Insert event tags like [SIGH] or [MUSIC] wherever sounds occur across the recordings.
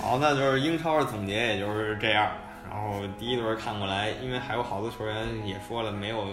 好，那就是英超的总结，也就是这样。然后第一轮看过来，因为还有好多球员也说了没有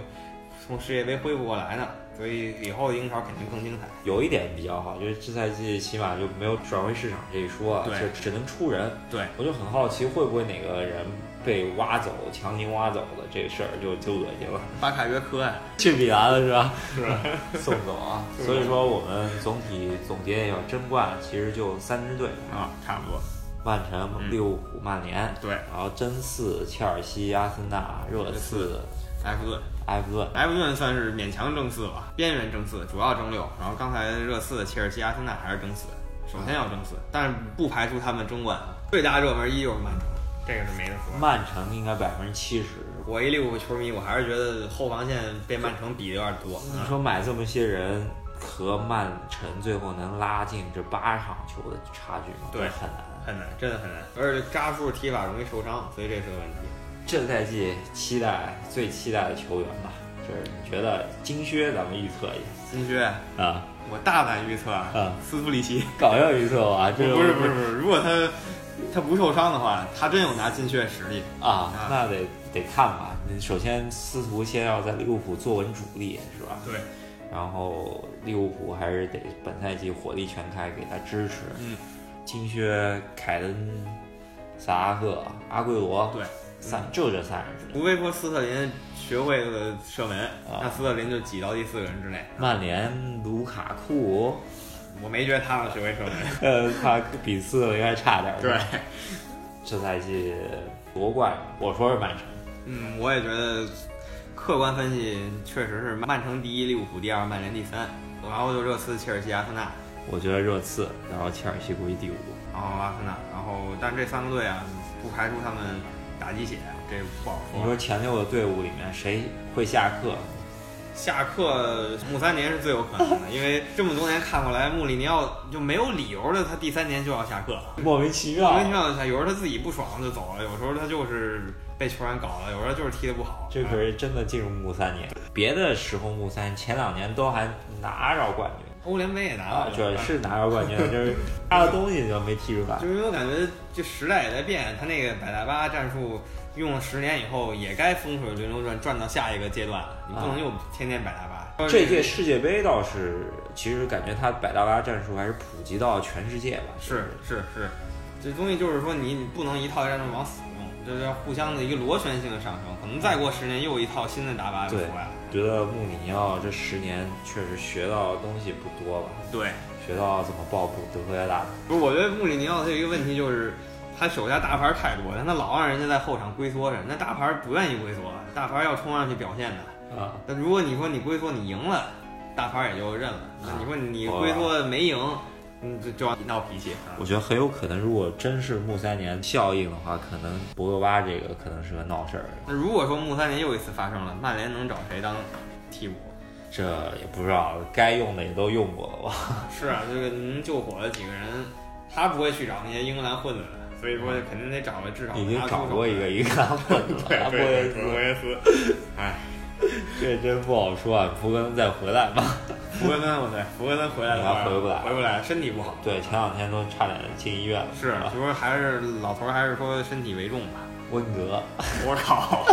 从世界杯恢复过来呢，所以以后的英超肯定更精彩。有一点比较好，就是这赛季起码就没有转会市场这一说啊，对就只能出人。对，我就很好奇，会不会哪个人被挖走、强行挖走的这事儿就就恶心了， [LAUGHS] 巴卡约科呀，去米兰了是吧？是吧？ [LAUGHS] 送走啊。是所以说，我们总体总结一下，争冠其实就三支队：啊，差不多。曼城、嗯利物浦、曼联，对，然后真四、切尔西、阿森纳、热刺、埃弗顿，埃弗顿。埃弗顿算是勉强争四吧，边缘争四，主要争六。然后刚才热刺、切尔西、阿森纳还是争四，首先要争四，但是不排除他们争冠。啊最大热门依旧是曼城，这个是没得说。曼城应该百分之七十。我一利物浦球迷，我还是觉得后防线被曼城比的有点多。你说买这么些人和曼城最后能拉近这八场球的差距吗？对很难。很难，真的很难。而且扎叔踢法容易受伤，所以这是个问题。这赛季期待最期待的球员吧，就是你觉得金靴，咱们预测一金靴，下啊我大胆预测，啊，斯图里奇。搞笑预测吧，不这是不是不是，不是如果他他不受伤的话，他真有拿金靴实力。啊啊，那得得看吧。你首先司徒先要在利物浦坐稳主力是吧？对，然后利物浦还是得本赛季火力全开，给他支持。嗯，金靴、凯恩、萨拉赫、阿圭罗，对，三就这三人之内。除非说斯特林学会了射门，啊那斯特林就挤到第四个人之内。曼联卢卡库，我没觉得他能学会射门。呃，他比斯特林还差点。 [LAUGHS] 对，，这赛季夺冠，我说是曼城。 [LAUGHS] 嗯，我也觉得客观分析确实是曼城第一，利物浦第二，曼联第三，然后就热刺、切尔西、阿森纳。我觉得热刺，然后切尔西估计第五。然后阿森纳，然后但这三个队啊，不排除他们打鸡血，这不好你说。说前六的队伍里面谁会下课？下课穆三年是最有可能的，因为这么多年看过来，穆里尼奥就没有理由的，他第三年就要下课，莫名其妙莫名其妙的下，有时候他自己不爽就走了，有时候他就是被球员搞了，有时候就是踢得不好。这可是真的进入木三年，别的时候木三前两年都还拿着冠军欧联杯也拿啊了，，这是拿着冠军，就是他的东西就没踢出来就。是因为我感觉这时代也在变，他那个百大巴战术用了十年以后，也该风水轮流转，转到下一个阶段了，你不能又天天百大巴。啊这届世界杯倒是，其实感觉他百大巴战术还是普及到全世界吧。是是是，这东西就是说你你不能一套战术往死用，这是要互相的一个螺旋性的上升。可能再过十年又一套新的打法又对出来了。觉得穆里尼奥这十年确实学到的东西不多吧，对，学到怎么报复德赫亚大不是，我觉得穆里尼奥他有一个问题就是，他手下大牌太多，但他老让人家在后场龟缩着，那大牌不愿意龟缩，大牌要冲上去表现的。啊，但如果你说你龟缩你赢了，大牌也就认了；那你说你龟缩没赢，嗯，就就要闹脾气啊。我觉得很有可能，如果真是穆三年效应的话，可能博格巴这个可能是个闹事儿。那如果说穆三年又一次发生了，曼联能找谁当替补？这也不知道，该用的也都用过了吧？是啊，这个能救火的几个人，他不会去找那些英格兰混子的，所以说肯定得找个至少已经拿出找手过一个一个拿破对拿破 [LAUGHS] 对仑对，博斯，耶斯，哎，这真不好说啊。不跟再回来吧。福格森，我操，福格森回来的话他回不来回不来，身体不好。对，前两天都差点进医院了。啊是，就说还是老头儿还是说身体为重吧。温格，我 [LAUGHS] 靠，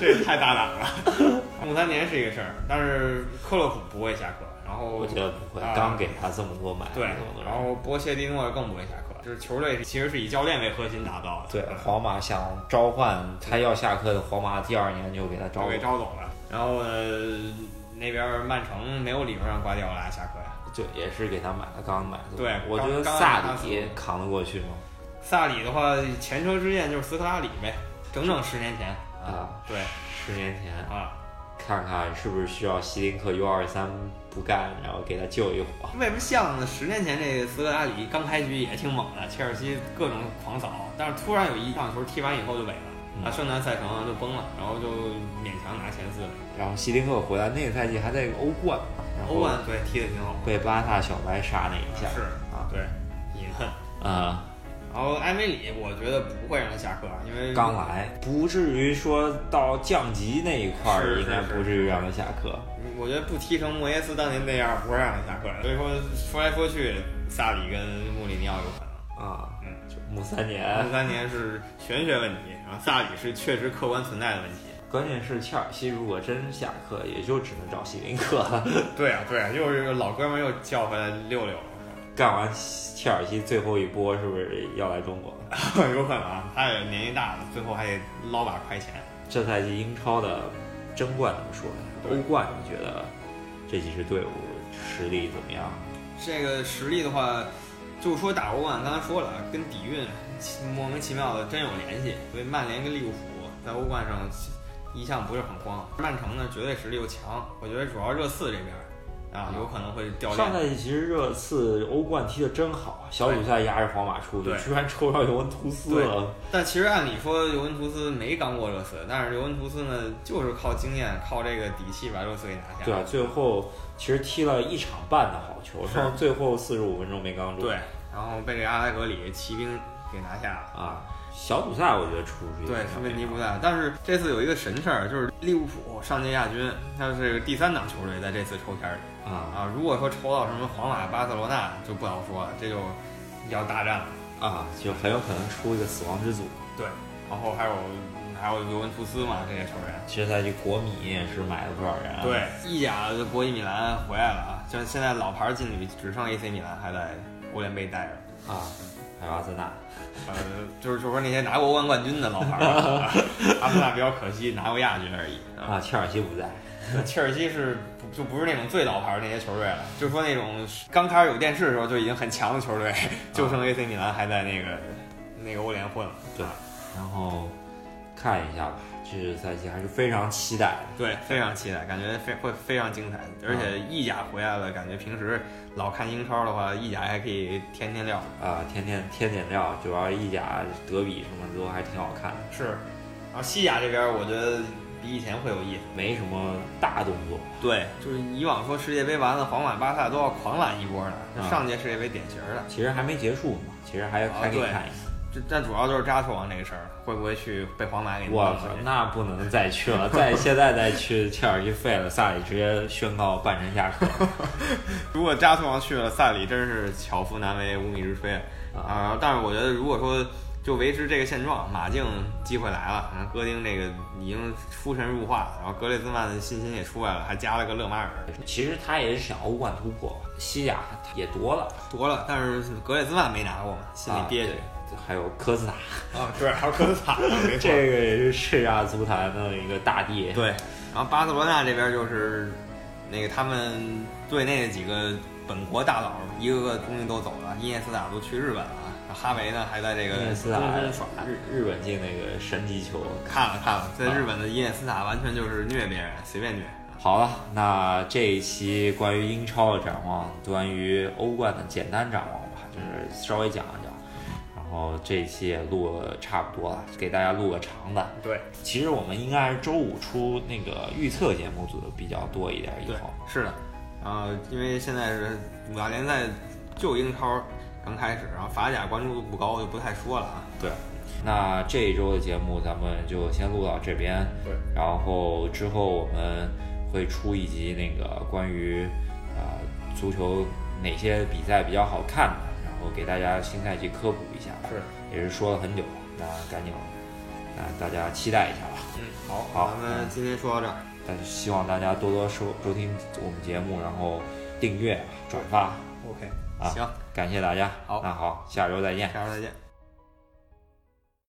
这也太大胆了。穆三年是一个事儿，但是克洛普不会下课，然后我觉得不会啊，刚给他这么多买，对这么，多然人后波切蒂诺更不会下课，就是球队其实是以教练为核心打造的。对嗯皇马想召唤他要下课的皇马，第二年就给他召都给唤，招走了。然后呃，那边曼城没有理由让瓜迪奥拉下课呀。就也是给他买了，刚买的。对我觉得刚萨里刚扛得过去吗？萨里的话，前车之鉴就是斯科拉里呗，整整十年前啊，对十年前啊，看看是不是需要希林克 U 二三不干，然后给他救一火。为什么像呢？十年前这个斯科拉里刚开局也挺猛的，切尔西各种狂扫，但是突然有一场球踢完以后就萎了。嗯啊，圣诞赛程就崩了，然后就勉强拿前四呗。然后希林克回来那个赛季还在欧冠，然后欧冠对踢得挺好，被巴萨小白杀那一下，是啊对，隐恨。啊、然后埃梅里，我觉得不会让他下课，啊因为刚来，不至于说到降级那一块儿，是应该是是不至于让他下课。我觉得不踢成莫耶斯当年那样，不会让他下课。所以说说来说去，萨里跟穆里尼奥有可能。啊，嗯，就五三年零，三年是玄学问题，然后萨里是确实客观存在的问题。关键是切尔西如果真下课，也就只能找希林克 [LAUGHS] 了。对啊，对啊，又是老哥们儿又叫回来溜溜了，干完切尔西最后一波，是不是要来中国？ [LAUGHS] 有可能啊，他也年纪大了，最后还得捞把快钱。这赛季英超的争冠怎么说呢？对欧冠你觉得这几支队伍实力怎么样？这个实力的话，就说打欧冠，刚才说了，啊跟底蕴莫名其妙的真有联系。所以曼联跟利物浦在欧冠上一向不是很慌，曼城呢绝对实力又强，我觉得主要热刺这边儿啊有可能会掉上链。赛季其实热刺欧冠踢得真好，啊小组赛压着皇马出去对，居然抽上尤文图斯了。但其实按理说尤文图斯没刚过热刺，但是尤文图斯呢就是靠经验、靠这个底气把热刺给拿下。对啊，最后其实踢了一场半的好球，是剩最后四十五分钟没刚住。对，然后被这个阿莱格里骑兵给拿下了。啊，小组赛我觉得出不去。对，是问题不大。但是这次有一个神事儿，就是利物浦上届亚军，它是第三档球队在这次抽签儿里啊啊。如果说抽到什么皇马、巴塞罗那，就不好说了，这就要大战了。啊，就很有可能出一个死亡之组。对，然后还有还有尤文图斯嘛，这些球员。其实赛季国米也是买了不少人啊。对，意甲的国际米兰回来了啊，就是现在老牌劲旅只剩 AC 米兰还在欧联杯待着。啊，还有阿森纳。呃，就是就是说那些拿过欧冠冠军的老牌儿 [LAUGHS] 啊，阿森纳比较可惜，拿过亚军而已啊。啊，切尔西不在，切尔西是不就不是那种最老牌儿那些球队了，就说那种刚开始有电视的时候就已经很强的球队，就剩 AC 米兰还在那个那个欧联混了。对，然后看一下吧，这赛季还是非常期待的。对，非常期待，感觉非会非常精彩，而且意甲回来了，感觉平时老看英超的话，意甲还可以添添料。啊，天天天天料，主要意甲德比什么都还挺好看的，是，然后西甲这边我觉得比以前会有意思。没什么大动作。对，就是以往说世界杯完了，皇马、巴萨都要狂揽一波呢，啊就上届世界杯典型的。其实还没结束嘛，其实还啊还可以对看一下。这但主要就是扎球王这个事儿，会不会去被皇马给弄我了操，那不能再去了，再现在再去切尔西废了，萨里直接宣告半程下课。如果加图王去了萨里，真是巧妇难为无米之炊啊！然后但是我觉得，如果说就维持这个现状，马竞机会来了，然后戈丁这个已经出神入化，然后格列兹曼的信心也出来了，还加了个勒马尔，其实他也是想欧冠突破，西甲也夺了，夺了，但是格列兹曼没拿过嘛，心里憋屈啊对还有科斯塔，啊。对，还有科斯塔，没这个也是世亚足坛的一个大帝。 [LAUGHS] 对，然后巴塞罗那这边就是那个他们队内的几个本国大佬，一个个终于都走了，伊涅斯塔都去日本了，哈维呢还在这个伊涅斯塔中东耍。日日本进那个神级球。看了看了，在啊日本的伊涅斯塔完全就是虐别人，随便虐。好了，那这一期关于英超的展望，关于欧冠的简单展望吧，就是稍微讲一讲。然后这一期也录了差不多了，给大家录个长的。对其实我们应该是周五出那个预测节目组的比较多一点，以对后，是的。然后因为现在是五大联赛，就英超刚开始，然后法甲关注度不高，就不太说了啊。对，那这一周的节目咱们就先录到这边。对，然后之后我们会出一集那个关于呃足球哪些比赛比较好看的，然后给大家新赛季科普一下。是，也是说了很久了，那赶紧，那大家期待一下吧。嗯，好，好咱们今天说到这儿，但是希望大家多多收收听我们节目，然后订阅、转发。 OK，啊行，感谢大家。好那好，下周再见。下周再见。